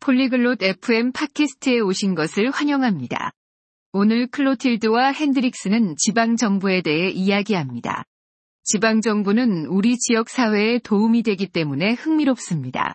폴리글롯 FM 팟캐스트에 오신 것을 환영합니다. 오늘 클로틸드와 핸드릭스는 지방정부에 대해 이야기합니다. 지방정부는 우리 지역 사회에 도움이 되기 때문에 흥미롭습니다.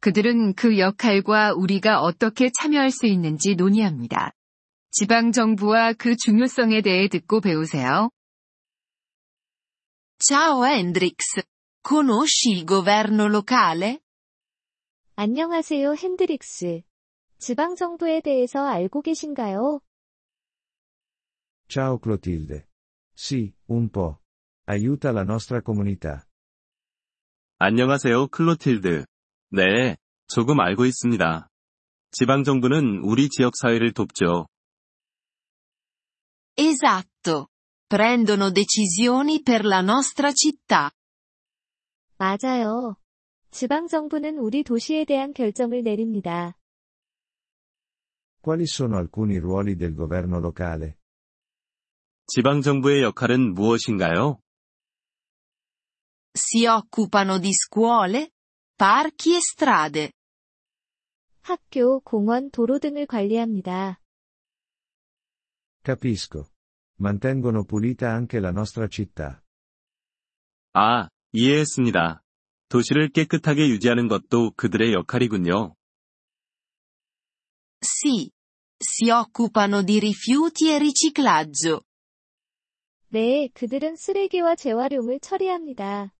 그들은 그 역할과 우리가 어떻게 참여할 수 있는지 논의합니다. 지방정부와 그 중요성에 대해 듣고 배우세요. Ciao Hendrix. Conosci il governo locale? 안녕하세요, 핸드릭스. 지방정부에 대해서 알고 계신가요? Ciao Clotilde. Sì, un po'. Aiuta la nostra comunità. 안녕하세요, 클로틸드. 네, 조금 알고 있습니다. 지방정부는 우리 지역사회를 돕죠. Esatto. Prendono decisioni per la nostra città. 맞아요. 지방정부는 우리 도시에 대한 결정을 내립니다. Quali sono alcuni ruoli del governo locale? 지방정부의 역할은 무엇인가요? Si occupano di scuole, parchi e strade. 학교, 공원, 도로 등을 관리합니다. Capisco. Mantengono pulita anche la nostra città. 아, 이해했습니다. 도시를 깨끗하게 유지하는 것도 그들의 역할이군요. Sì. Si occupano di rifiuti e riciclaggio. 네, 그들은 쓰레기와 재활용을 처리합니다.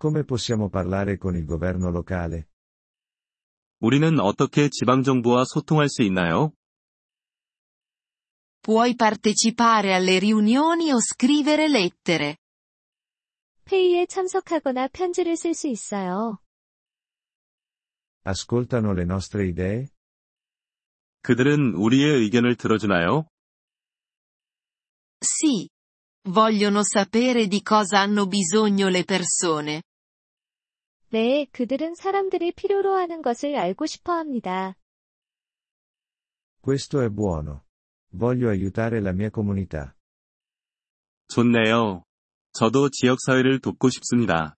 Come possiamo parlare con il governo locale? 우리는 어떻게 지방정부와 소통할 수 있나요? Puoi partecipare alle riunioni o scrivere lettere. 회의에 참석하거나 편지를 쓸 수 있어요. Ascoltano le nostre idee? 그들은 우리의 의견을 들어주나요? Sì. Vogliono sapere di cosa hanno bisogno le persone. 네, 그들은 사람들이 필요로 하는 것을 알고 싶어 합니다. Questo è buono. Voglio aiutare la mia comunità. 좋네요. 저도 지역사회를 돕고 싶습니다.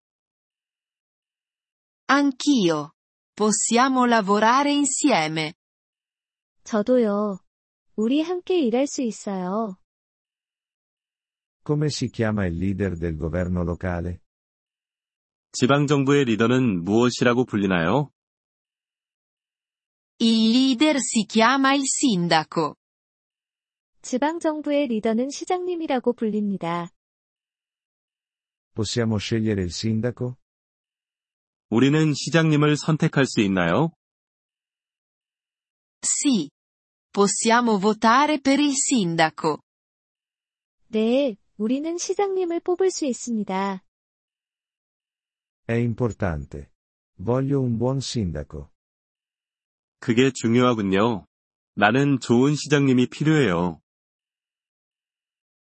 Anch'io. Possiamo lavorare insieme. 저도요. 우리 함께 일할 수 있어요. Come si chiama il leader del governo locale? 지방정부의 리더는 무엇이라고 불리나요? Il leader si chiama il sindaco. 지방정부의 리더는 시장님이라고 불립니다. Possiamo scegliere il sindaco? 우리는 시장님을 선택할 수 있나요? Sì. Possiamo votare per il sindaco. 네, 우리는 시장님을 뽑을 수 있습니다. È importante. Voglio un buon sindaco. 그게 중요하군요. 나는 좋은 시장님이 필요해요.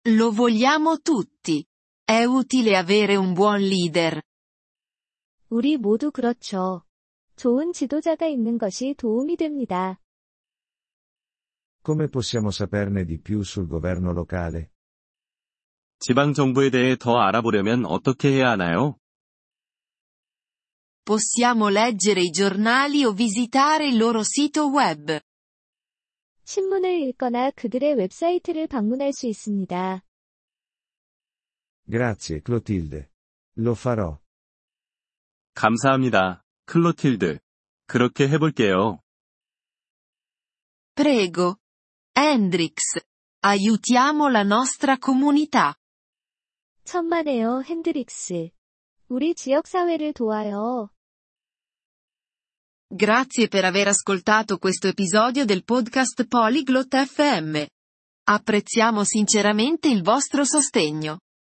Lo vogliamo tutti. È utile avere un buon leader. 우리 모두 그렇죠. 좋은 지도자가 있는 것이 도움이 됩니다. Come possiamo saperne di più sul governo locale? 지방정부에 대해 더 알아보려면 어떻게 해야 하나요? Possiamo leggere i giornali o visitare il loro sito web. 신문을 읽거나 그들의 웹사이트를 방문할 수 있습니다. Grazie Clotilde. Lo farò. 감사합니다, 클로틸드. 그렇게 해볼게요. Prego. Hendrix. Aiutiamo la nostra comunità. 천만에요, 핸드릭스. 우리 지역사회를 도와요. Grazie per aver ascoltato questo episodio del podcast Polyglot FM. Apprezziamo sinceramente il vostro sostegno.